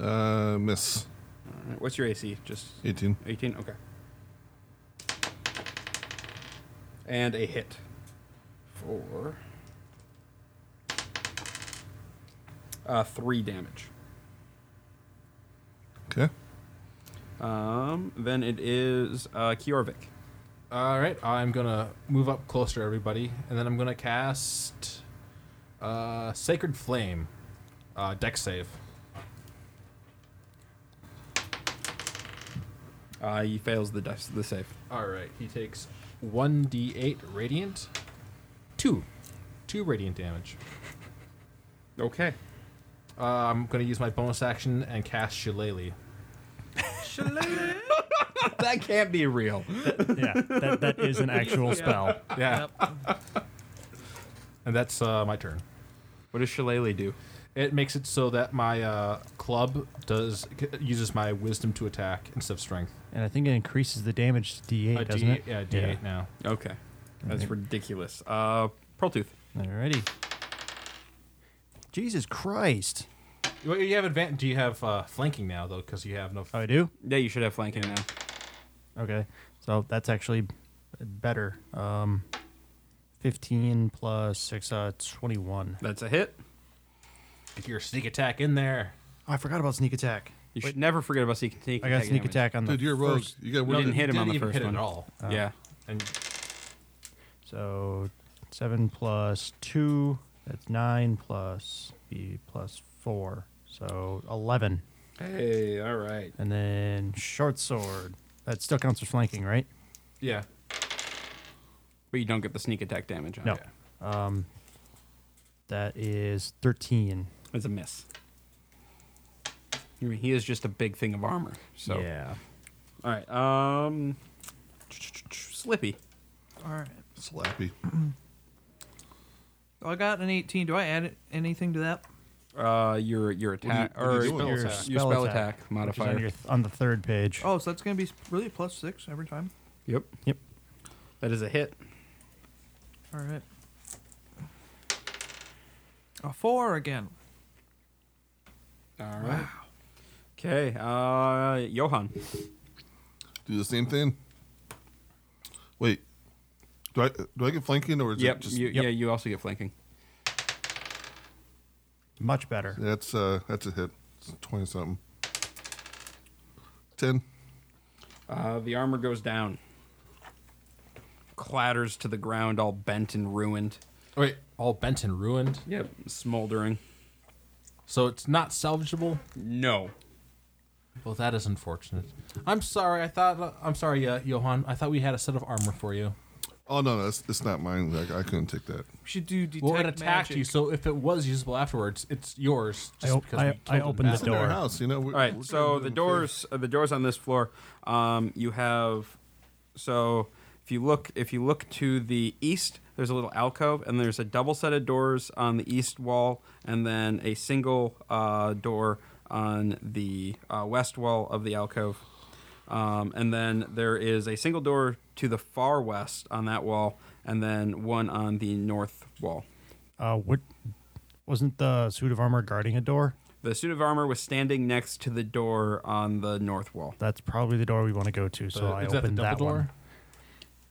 Speaker 5: Uh, miss.
Speaker 4: All right, What's your AC? Just
Speaker 5: Eighteen.
Speaker 4: 18. Okay. And a hit. Four. Uh, three damage.
Speaker 5: Okay.
Speaker 4: Um, then it is uh, Kiorvik.
Speaker 1: All right, I'm gonna move up closer, to everybody, and then I'm gonna cast uh, Sacred Flame, uh, Deck save.
Speaker 4: Uh, he fails the dice, the save.
Speaker 1: All right, he takes one d8 radiant, two, two radiant damage.
Speaker 4: Okay.
Speaker 1: Uh, I'm gonna use my bonus action and cast Shillelagh.
Speaker 4: that can't be real.
Speaker 3: yeah, that, that is an actual spell.
Speaker 1: Yeah,
Speaker 2: Yep.
Speaker 1: and that's uh, my turn.
Speaker 4: What does Shillelagh do?
Speaker 1: It makes it so that my uh, club does uses my wisdom to attack instead of strength.
Speaker 3: And I think it increases the damage to d8,
Speaker 1: Uh,
Speaker 3: doesn't
Speaker 1: D-
Speaker 3: it?
Speaker 1: Yeah, d8 now.
Speaker 4: Okay. That's ridiculous. Uh, Pearltooth.
Speaker 3: Alrighty. Jesus Christ.
Speaker 1: Well, you have advantage. Do you have uh, flanking now though? Because you have no.
Speaker 3: Oh, I do?
Speaker 4: Yeah, you should have flanking now.
Speaker 3: Okay. So that's actually better. Um, 15 plus 6, uh, 21.
Speaker 4: That's a hit.
Speaker 1: Get your sneak attack in there.
Speaker 3: Oh, I forgot about sneak attack.
Speaker 4: You should never forget about sneak attack.
Speaker 3: I got sneak attack Uh, on the
Speaker 5: Dude, you're rogue.
Speaker 3: first.
Speaker 5: You got
Speaker 4: We
Speaker 5: one.
Speaker 4: didn't hit him on the
Speaker 1: even
Speaker 4: first
Speaker 1: hit
Speaker 4: one.
Speaker 1: it at all.
Speaker 4: Yeah.
Speaker 1: And
Speaker 3: So seven plus two, that's nine plus B plus four. So eleven.
Speaker 4: Hey, all right.
Speaker 3: And then short sword. That still counts for flanking, right?
Speaker 4: Yeah. But you don't get the sneak attack damage on
Speaker 3: No.
Speaker 4: it.
Speaker 3: Um that is thirteen.
Speaker 4: It's a miss. I mean, he is just a big thing of armor. So
Speaker 3: yeah.
Speaker 4: all right. Um Slippy.
Speaker 2: All right.
Speaker 5: Slappy.
Speaker 2: So I got an 18. Do I add it- anything to that?
Speaker 4: Uh your your attack
Speaker 5: what are you
Speaker 4: or
Speaker 5: doing?
Speaker 4: your,
Speaker 5: Your
Speaker 4: your
Speaker 3: spell
Speaker 4: spell,
Speaker 3: attack, Which
Speaker 4: attack,
Speaker 3: is on,
Speaker 4: modifier.
Speaker 3: your th- on the third page.
Speaker 2: Oh, so that's going to be really plus six every time.
Speaker 4: Yep.
Speaker 3: Yep.
Speaker 4: That is a hit.
Speaker 2: All right. A four again.
Speaker 4: All right. Okay. Uh Johan.
Speaker 5: Do the same thing. Wait. Do I do I get flanking or is
Speaker 4: Yep.
Speaker 5: it just
Speaker 4: you,
Speaker 3: yep.
Speaker 4: Yeah, you also get flanking.
Speaker 3: Much better.
Speaker 5: that's uh that's a hit. It's twenty something. Ten.
Speaker 4: Uh, the armor goes down. Clatters to the ground, all bent and ruined.
Speaker 1: wait, all bent and ruined.
Speaker 4: Yep. Smoldering.
Speaker 1: So it's not salvageable.
Speaker 4: No.
Speaker 1: Well, that is unfortunate. I'm sorry. I thought. I'm sorry, uh, Johan. I thought we had a set of armor for you.
Speaker 5: Oh no, no, it's, it's not mine. I, I couldn't take that.
Speaker 2: We should do detect
Speaker 1: Well, it attacked
Speaker 2: magic.
Speaker 1: you, so if it was usable afterwards, it's yours.
Speaker 3: I
Speaker 1: Just
Speaker 3: op-
Speaker 1: because
Speaker 3: I-
Speaker 1: we
Speaker 3: I
Speaker 1: killed it
Speaker 3: opened
Speaker 1: now.
Speaker 3: the
Speaker 5: It's in our
Speaker 3: door.
Speaker 5: house, you know.
Speaker 4: All right. So the doors, uh, the doors on this floor. Um, you have. So if you look, if you look to the east, there's a little alcove, and there's a double set of doors on the east wall, and then a single uh, door on the uh, west wall of the alcove. Um, and then there is a single door to the far west on that wall, and then one on the north wall.
Speaker 3: Uh what wasn't the suit of armor guarding a door?
Speaker 4: The suit of armor was standing next to the door on the north wall.
Speaker 3: That's probably the door we want to go to, so
Speaker 1: Uh,
Speaker 3: I
Speaker 1: is that the
Speaker 3: opened
Speaker 1: double
Speaker 3: that,
Speaker 1: door?
Speaker 3: one.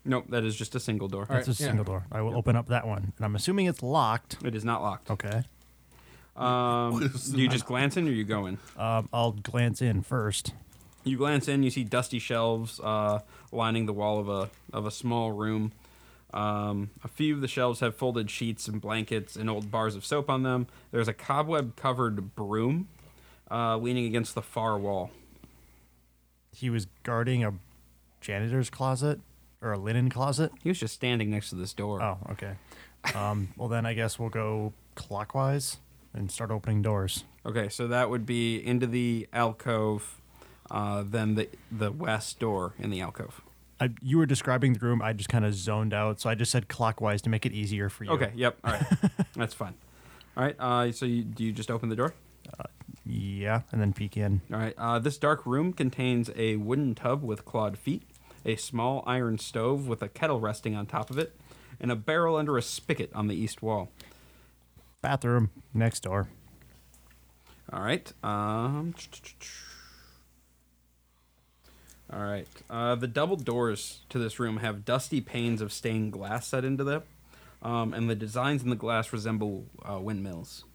Speaker 4: Nope, that is just a single door.
Speaker 1: All right,
Speaker 3: That's a
Speaker 1: yeah.
Speaker 3: single door. I will open up that one. And I'm assuming it's locked.
Speaker 4: It is not locked.
Speaker 3: Okay.
Speaker 4: Um, do you just glance in or you go in?
Speaker 3: Um, I'll glance in first.
Speaker 4: You glance in, you see dusty shelves uh, lining the wall of a, of a small room. Um, a few of the shelves have folded sheets and blankets and old bars of soap on them. There's a cobweb covered broom uh, leaning against the far wall.
Speaker 3: He was guarding a janitor's closet or a linen closet.
Speaker 4: He was just standing next to this door.
Speaker 3: Oh, okay. Um, well, then I guess we'll go clockwise and start opening doors.
Speaker 4: Okay, so that would be into the alcove, uh, then the, the west door in the alcove.
Speaker 3: I, you were describing the room. I just kind of zoned out, so I just said clockwise to make it easier for you.
Speaker 4: Okay, yep, all right. That's fine. All right, uh, so you, do you just open the door?
Speaker 3: Yeah, and then peek in.
Speaker 4: All right. Uh, this dark room contains a wooden tub with clawed feet, a small iron stove with a kettle resting on top of it, and a barrel under a spigot on the east wall.
Speaker 3: Bathroom next door.
Speaker 4: All right. Um, all right. Uh, the double doors to this room have dusty panes of stained glass set into them, um, and the designs in the glass resemble uh, windmills.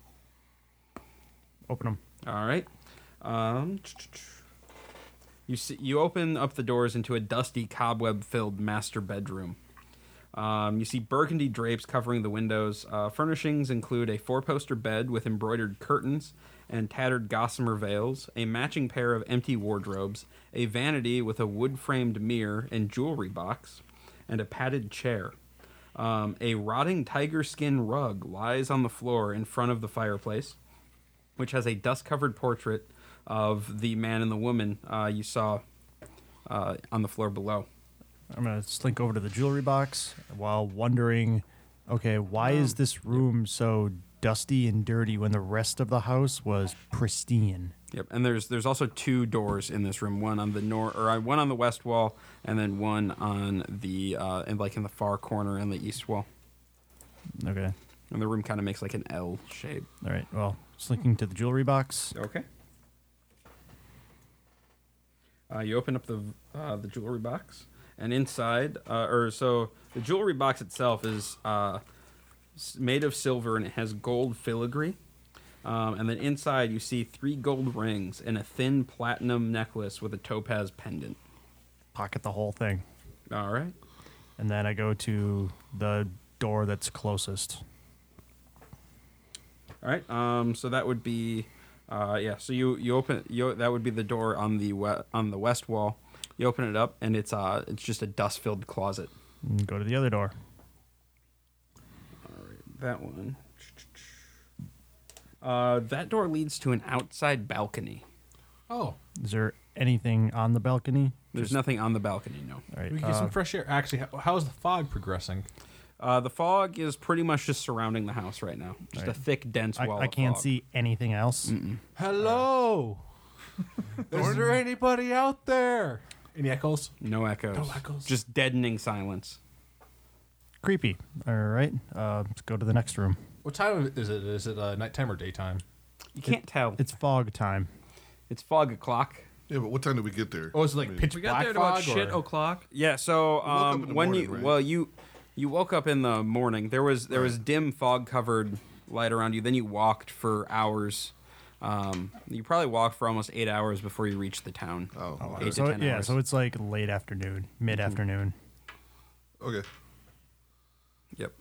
Speaker 3: Open them.
Speaker 4: All right. Um, you see, you open up the doors into a dusty, cobweb-filled master bedroom. Um, you see burgundy drapes covering the windows. Uh, furnishings include a four-poster bed with embroidered curtains and tattered gossamer veils, a matching pair of empty wardrobes, a vanity with a wood-framed mirror and jewelry box, and a padded chair. Um, a rotting tiger skin rug lies on the floor in front of the fireplace which has a dust covered portrait of the man and the woman uh, you saw uh, on the floor below.
Speaker 3: I'm gonna slink over to the jewelry box while wondering, okay, why is this room so dusty and dirty when the rest of the house was pristine?
Speaker 4: Yep, and there's there's also two doors in this room. One on the north, or uh, one on the west wall, and then one on the uh, and like in the far corner in the east wall.
Speaker 3: Okay,
Speaker 4: And the room kind of makes like an L shape.
Speaker 3: all right. Well, slinking to the jewelry box.
Speaker 4: Okay. Uh, you open up the uh, the jewelry box, and inside, uh, or so the jewelry box itself is uh, s- made of silver and it has gold filigree. Um, and then inside, you see three gold rings and a thin platinum necklace with a topaz pendant.
Speaker 3: Pocket the whole thing.
Speaker 4: All right.
Speaker 3: And then I go to the door that's closest.
Speaker 4: All right. Um, so that would be, uh, yeah. So you you open you that would be the door on the we, on the west wall. You open it up and it's uh it's just a dust filled closet.
Speaker 3: And go to the other door.
Speaker 4: All right, that one. Uh, that door leads to an outside balcony.
Speaker 1: Oh,
Speaker 3: Is there anything on the balcony?
Speaker 4: There's nothing on the balcony, no.
Speaker 3: All
Speaker 1: we
Speaker 3: right.
Speaker 1: can get
Speaker 3: uh,
Speaker 1: some fresh air. Actually, how, how's the fog progressing?
Speaker 4: Uh, the fog is pretty much just surrounding the house right now. Just
Speaker 3: Right.
Speaker 4: a thick, dense
Speaker 3: I,
Speaker 4: wall.
Speaker 3: I
Speaker 4: of
Speaker 3: can't
Speaker 4: fog.
Speaker 3: see anything else.
Speaker 1: Hello. Is there anybody out there? Any echoes?
Speaker 4: No echoes.
Speaker 1: No echoes.
Speaker 4: Just deadening silence.
Speaker 3: Creepy. All right. Uh, let's go to the next room.
Speaker 1: What time is it? Is it uh, nighttime or daytime?
Speaker 4: You can't tell. It's,
Speaker 3: It's fog time.
Speaker 4: fog o'clock.
Speaker 5: Yeah, but what time did we get there?
Speaker 1: Oh, is it like pitch
Speaker 2: We got
Speaker 1: black
Speaker 2: there at about
Speaker 1: fog
Speaker 2: shit
Speaker 1: or-
Speaker 2: o'clock.
Speaker 4: Yeah. So
Speaker 5: woke up
Speaker 4: um,
Speaker 5: in the
Speaker 4: when
Speaker 5: morning,
Speaker 4: you
Speaker 5: right?
Speaker 4: well you you woke up in the morning. There was there was dim fog covered light around you. Then you walked for hours. Um, you probably walked for almost eight hours before you reached the town.
Speaker 5: Oh, wow.
Speaker 4: eight
Speaker 3: So
Speaker 4: to ten
Speaker 3: yeah,
Speaker 4: hours. Mm-hmm.
Speaker 3: so it's like late afternoon, mid afternoon.
Speaker 5: Okay.
Speaker 4: Yep.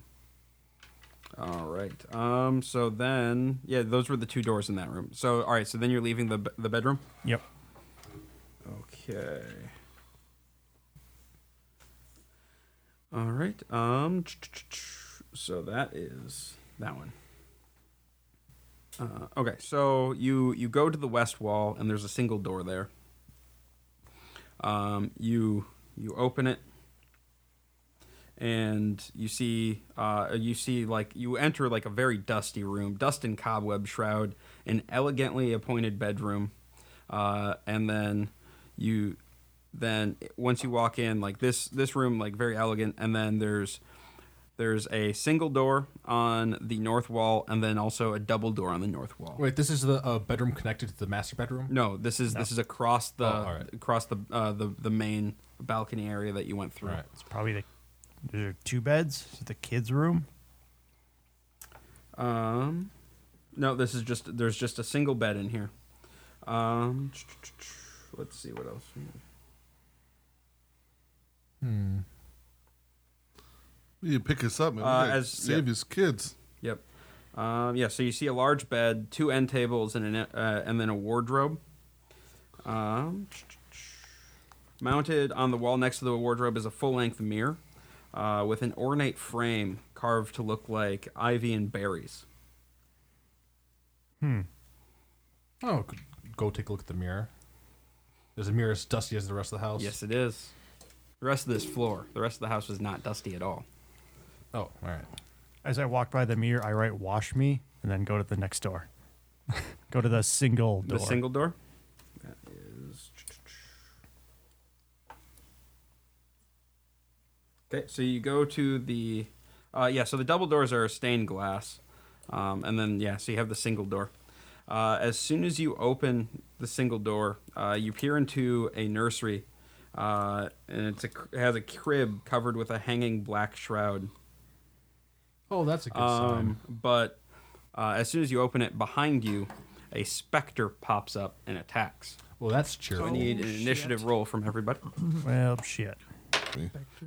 Speaker 4: All right. Um. So then, yeah, those were the two doors in that room. So all right. So then you're leaving the b- the bedroom.
Speaker 3: Yep.
Speaker 4: Okay. All right. Um. So that is that one. Uh, okay. So you you go to the west wall, and there's a single door there. Um. You you open it and you see uh, you see like you enter like a very dusty room dust and cobweb shroud an elegantly appointed bedroom uh, and then you then once you walk in like this this room like very elegant and then there's there's a single door on the north wall and then also a double door on the north wall
Speaker 1: Wait, this is the uh, bedroom connected to the master bedroom.
Speaker 4: no this is this is across the
Speaker 1: Oh, all right.
Speaker 4: across the, uh, the the main balcony area that you went through
Speaker 1: Right.
Speaker 3: It's probably the there are two beds. Is it the kids' room.
Speaker 4: Um, no, this is just there's just a single bed in here. Um, let's see what else. we have.
Speaker 1: Hmm.
Speaker 5: You need to pick us up, man. We
Speaker 4: Uh,
Speaker 5: gotta
Speaker 4: as-
Speaker 5: save
Speaker 4: yeah.
Speaker 5: his kids.
Speaker 4: Yep. Um, yeah, so you see a large bed, two end tables, and an, uh, and then a wardrobe. Um, mounted on the wall next to the wardrobe is a full-length mirror uh, with an ornate frame carved to look like ivy and berries.
Speaker 1: Oh, g- go take a look at the mirror. There's a mirror as dusty as the rest of the house.
Speaker 4: Yes, it is. The rest of this floor, the rest of the house was not dusty at all.
Speaker 1: Oh, all right.
Speaker 3: As I walk by the mirror, I write "wash me" and then go to the next door. go to the single door.
Speaker 4: The single door. That is. Okay, so you go to the, uh, yeah. So the double doors are stained glass, um, and then yeah. So you have the single door. Uh, as soon as you open the single door, uh, you peer into a nursery, uh, and it's a, cr- it has a crib covered with a hanging black shroud.
Speaker 1: Oh, that's a good
Speaker 4: Um, but uh, as soon as you open it, behind you, a specter pops up and attacks.
Speaker 1: sign. Well, that's
Speaker 4: I
Speaker 1: cheerful.
Speaker 4: need an initiative roll from everybody.
Speaker 3: Well, shit.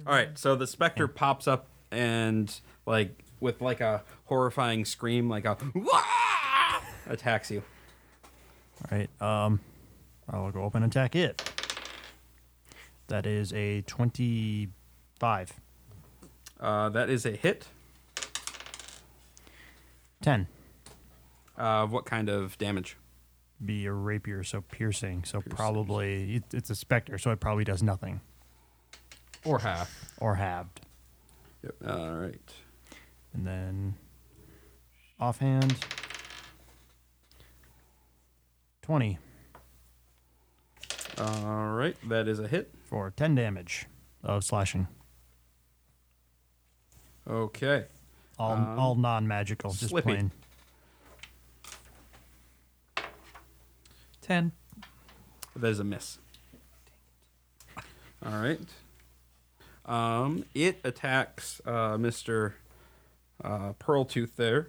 Speaker 4: All right, so the specter pops up and like with like a horrifying scream, like a "Wah!" attacks you.
Speaker 3: All right. Um, I'll go up and attack it. That is a twenty-five.
Speaker 4: Uh, that is a hit.
Speaker 3: Ten.
Speaker 4: Uh, what kind of damage?
Speaker 3: Be a rapier, so piercing. So probably it, it's a specter, so it probably does nothing
Speaker 1: Or half.
Speaker 3: or halved.
Speaker 4: Yep. All right.
Speaker 3: And then offhand 20
Speaker 4: All right, that is a hit.
Speaker 3: for 10 damage of slashing.
Speaker 4: Okay.
Speaker 3: All, all non magical, just
Speaker 4: Um, slippy.
Speaker 3: plain.
Speaker 2: Ten.
Speaker 4: That is a miss. All right. Um, it attacks uh, Mr. Uh, Pearl Tooth there.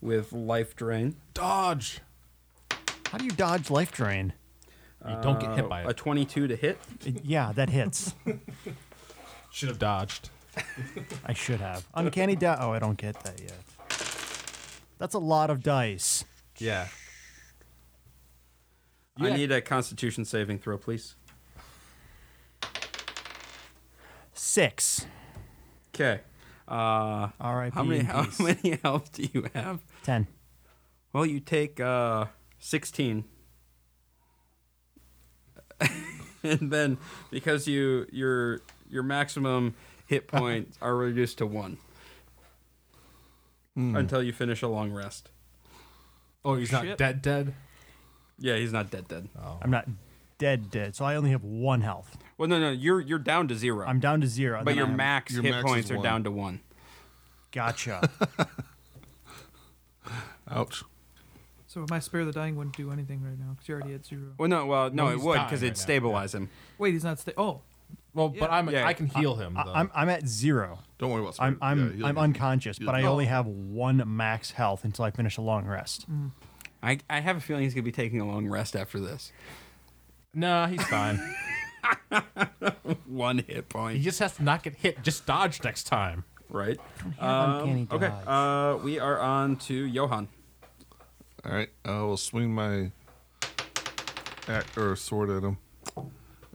Speaker 4: with life drain.
Speaker 1: Dodge.
Speaker 3: How do you dodge life drain?
Speaker 1: You don't get hit by
Speaker 4: Uh, A
Speaker 1: it.
Speaker 4: 22 to hit.
Speaker 3: It- yeah, that hits.
Speaker 1: Should have dodged.
Speaker 3: I should have. Uncanny die. Oh, I don't get that yet. That's a lot of dice.
Speaker 1: Yeah.
Speaker 4: I
Speaker 1: Yeah.
Speaker 4: need a Constitution saving throw, please.
Speaker 3: Six.
Speaker 4: Okay. Uh,
Speaker 3: All right.
Speaker 4: how many how many health do you have?
Speaker 3: Ten.
Speaker 4: Well, you take uh, 16. and then because you your your maximum hit
Speaker 5: Uh-huh.
Speaker 4: points are reduced to 1
Speaker 5: Hmm.
Speaker 4: until you finish a long rest.
Speaker 1: Oh, he's not
Speaker 2: Shit.
Speaker 1: dead. Dead.
Speaker 4: Yeah, he's not dead dead.
Speaker 5: Oh.
Speaker 3: I'm not dead, dead. So I only have one health.
Speaker 4: Well, no, no, you're you're down to 0.
Speaker 3: I'm down to zero. and
Speaker 4: but
Speaker 3: then
Speaker 4: your
Speaker 3: I have-
Speaker 4: max
Speaker 5: your
Speaker 4: hit
Speaker 5: max is
Speaker 4: points are
Speaker 5: one.
Speaker 4: down to 1.
Speaker 3: Gotcha.
Speaker 5: Ouch.
Speaker 2: So my spare the dying wouldn't do anything right now because you're already at zero.
Speaker 4: Well, no, well, no,
Speaker 1: No,
Speaker 4: it
Speaker 1: he's
Speaker 4: would
Speaker 1: dying
Speaker 4: because
Speaker 1: right
Speaker 4: it'd
Speaker 1: now,
Speaker 4: stabilize him.
Speaker 2: Wait, he's not stay. Oh,
Speaker 1: Well, but
Speaker 2: Yeah.
Speaker 1: I'm.
Speaker 4: Yeah.
Speaker 1: I can heal him.
Speaker 3: I-
Speaker 1: Though.
Speaker 3: I'm I'm at zero.
Speaker 5: Don't worry about.
Speaker 3: I'm
Speaker 5: spirit. Yeah,
Speaker 3: I'm
Speaker 5: he'll
Speaker 3: I'm
Speaker 5: get-
Speaker 3: unconscious, but I
Speaker 5: he'll-
Speaker 3: only have one max health until I finish a long rest.
Speaker 4: I, I have a feeling he's going to be taking a long rest after this.
Speaker 1: Nah, he's fine.
Speaker 4: One hit point.
Speaker 1: he just has to not get hit. Just dodge next time.
Speaker 4: Right.
Speaker 3: have
Speaker 4: Um,
Speaker 3: uncanny
Speaker 4: okay.
Speaker 3: dodge.
Speaker 4: Uh, we are on to Johan.
Speaker 5: All right, I will swing my act or sword at him.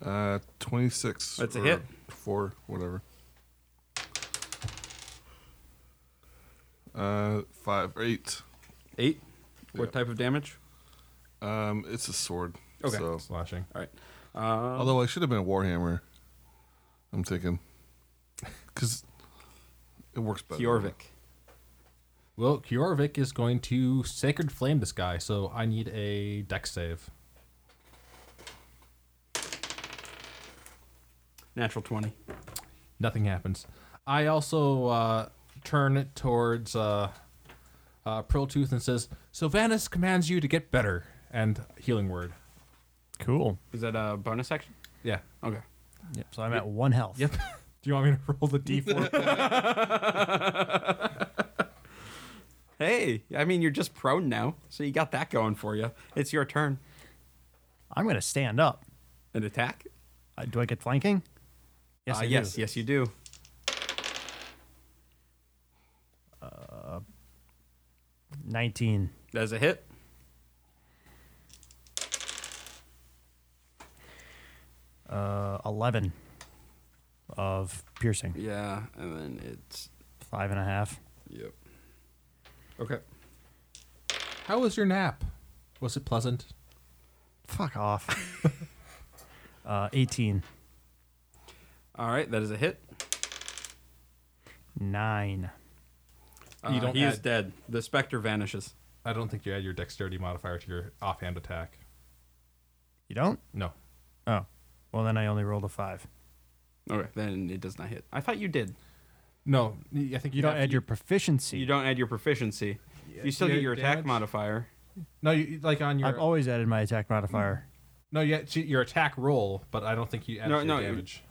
Speaker 5: Uh, twenty six.
Speaker 4: That's a hit.
Speaker 5: Four, whatever. Uh, five or eight.
Speaker 4: Eight. What
Speaker 5: Yep.
Speaker 4: type of damage?
Speaker 5: Um, it's a sword.
Speaker 4: Okay.
Speaker 5: So,
Speaker 1: Slashing.
Speaker 4: All right. Uh,
Speaker 5: although I should have been a warhammer, I'm thinking, because it works better.
Speaker 4: Kjorvik.
Speaker 1: Well, Kjorvik is going to sacred flame this guy, so I need a deck save.
Speaker 4: Natural twenty.
Speaker 1: Nothing happens. I also uh, turn towards uh, uh, Priltooth and says, "Sylvanas commands you to get better." And healing word.
Speaker 3: Cool.
Speaker 4: Is that a bonus action?
Speaker 1: Yeah.
Speaker 4: Okay.
Speaker 3: Yep. So I'm at one health.
Speaker 1: Yep. Do you want me to roll the d4?
Speaker 4: Hey, I mean you're just prone now, so you got that going for you. It's your turn.
Speaker 3: I'm gonna stand up.
Speaker 4: An attack?
Speaker 3: Uh, do I get flanking?
Speaker 4: Uh,
Speaker 3: I do.
Speaker 4: yes, yes, you do.
Speaker 3: Nineteen.
Speaker 4: That's a hit.
Speaker 3: Uh, eleven. Of piercing.
Speaker 4: Yeah, and then it's
Speaker 3: Five and a half.
Speaker 4: yep. Okay.
Speaker 1: How was your nap? Was it pleasant?
Speaker 3: Fuck off. uh, eighteen.
Speaker 4: All right, that is a hit.
Speaker 3: Nine.
Speaker 4: Uh,
Speaker 1: You don't
Speaker 4: he is
Speaker 1: add-
Speaker 4: dead. The specter vanishes.
Speaker 1: I don't think you add your dexterity modifier to your offhand attack.
Speaker 3: You don't?
Speaker 1: No.
Speaker 3: Oh. Well, then I only rolled a five.
Speaker 4: Okay, then it does not hit. I thought you did.
Speaker 1: No, I think
Speaker 3: You don't
Speaker 1: have
Speaker 3: add
Speaker 1: to-
Speaker 3: your proficiency.
Speaker 4: You don't add your proficiency. you still
Speaker 1: Yeah,
Speaker 4: get your attack
Speaker 1: damage.
Speaker 4: modifier.
Speaker 1: No, you, like on your
Speaker 3: I've always added my attack modifier.
Speaker 1: no, you add your attack roll, but I don't think you add
Speaker 4: No,
Speaker 1: your
Speaker 4: no, you-
Speaker 1: damage.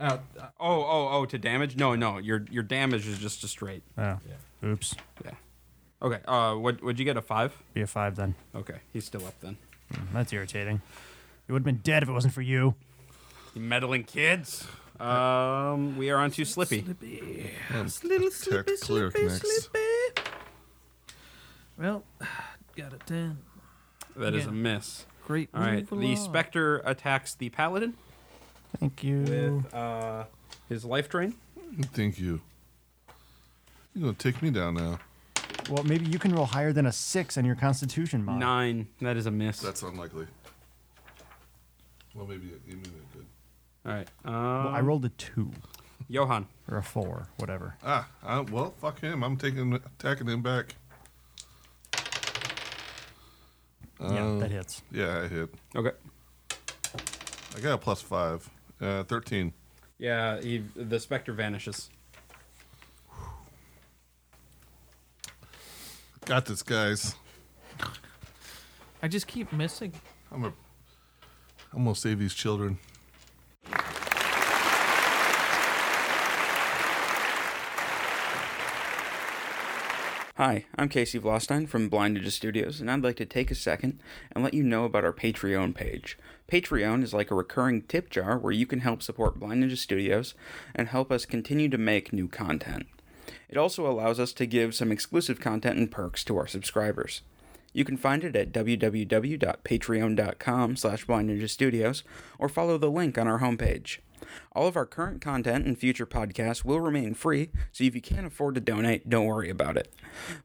Speaker 1: Uh, uh,
Speaker 4: Oh, oh, oh, to damage? No, no. Your your damage is just a straight.
Speaker 3: Oh. Oops.
Speaker 4: Yeah. Okay. Uh, what would you get a five?
Speaker 3: Be a five then.
Speaker 4: Okay, he's still up then.
Speaker 3: Mm, That's irritating. You would have been dead if it wasn't for you.
Speaker 4: You meddling kids. Um, we are on to Slippy.
Speaker 5: Um, attack cleric next.
Speaker 2: well, got a ten.
Speaker 4: That is
Speaker 2: Yeah.
Speaker 4: a miss.
Speaker 2: Great.
Speaker 4: All right.
Speaker 2: move
Speaker 4: The
Speaker 2: along.
Speaker 4: Spectre attacks the Paladin
Speaker 3: Thank you.
Speaker 4: with uh his life drain.
Speaker 5: Thank you. You're gonna take me down now.
Speaker 3: Well, maybe you can roll higher than a six on your Constitution mod.
Speaker 4: Nine. That is a miss.
Speaker 5: That's unlikely. Well, maybe it, maybe it could.
Speaker 4: All right. Um,
Speaker 3: Well, I rolled a two
Speaker 4: Johan.
Speaker 3: or a four, whatever.
Speaker 5: Ah, I, well, fuck him. I'm taking attacking him back.
Speaker 3: yeah, that hits.
Speaker 5: Yeah, I hit.
Speaker 4: Okay.
Speaker 5: I got a plus five. Uh, Thirteen.
Speaker 4: Yeah. He, the Spectre vanishes.
Speaker 5: Got this, guys.
Speaker 2: I just keep missing.
Speaker 5: I'm a. I'm gonna save these children.
Speaker 6: Hi, I'm Casey Vlostein from Blind Ninja Studios, and I'd like to take a second and let you know about our Patreon page. Patreon is like a recurring tip jar where you can help support Blind Ninja Studios and help us continue to make new content. It also allows us to give some exclusive content and perks to our subscribers. You can find it at www.patreon.com slash Blind Ninja Studios or follow the link on our homepage. All of our current content and future podcasts will remain free, so if you can't afford to donate, don't worry about it.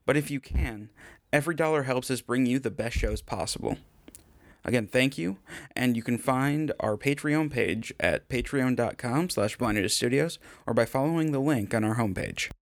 Speaker 6: But if you can, every dollar helps us bring you the best shows possible. Again, thank you, and you can find our Patreon page at patreon.com slash Blind Ninja Studios or by following the link on our homepage.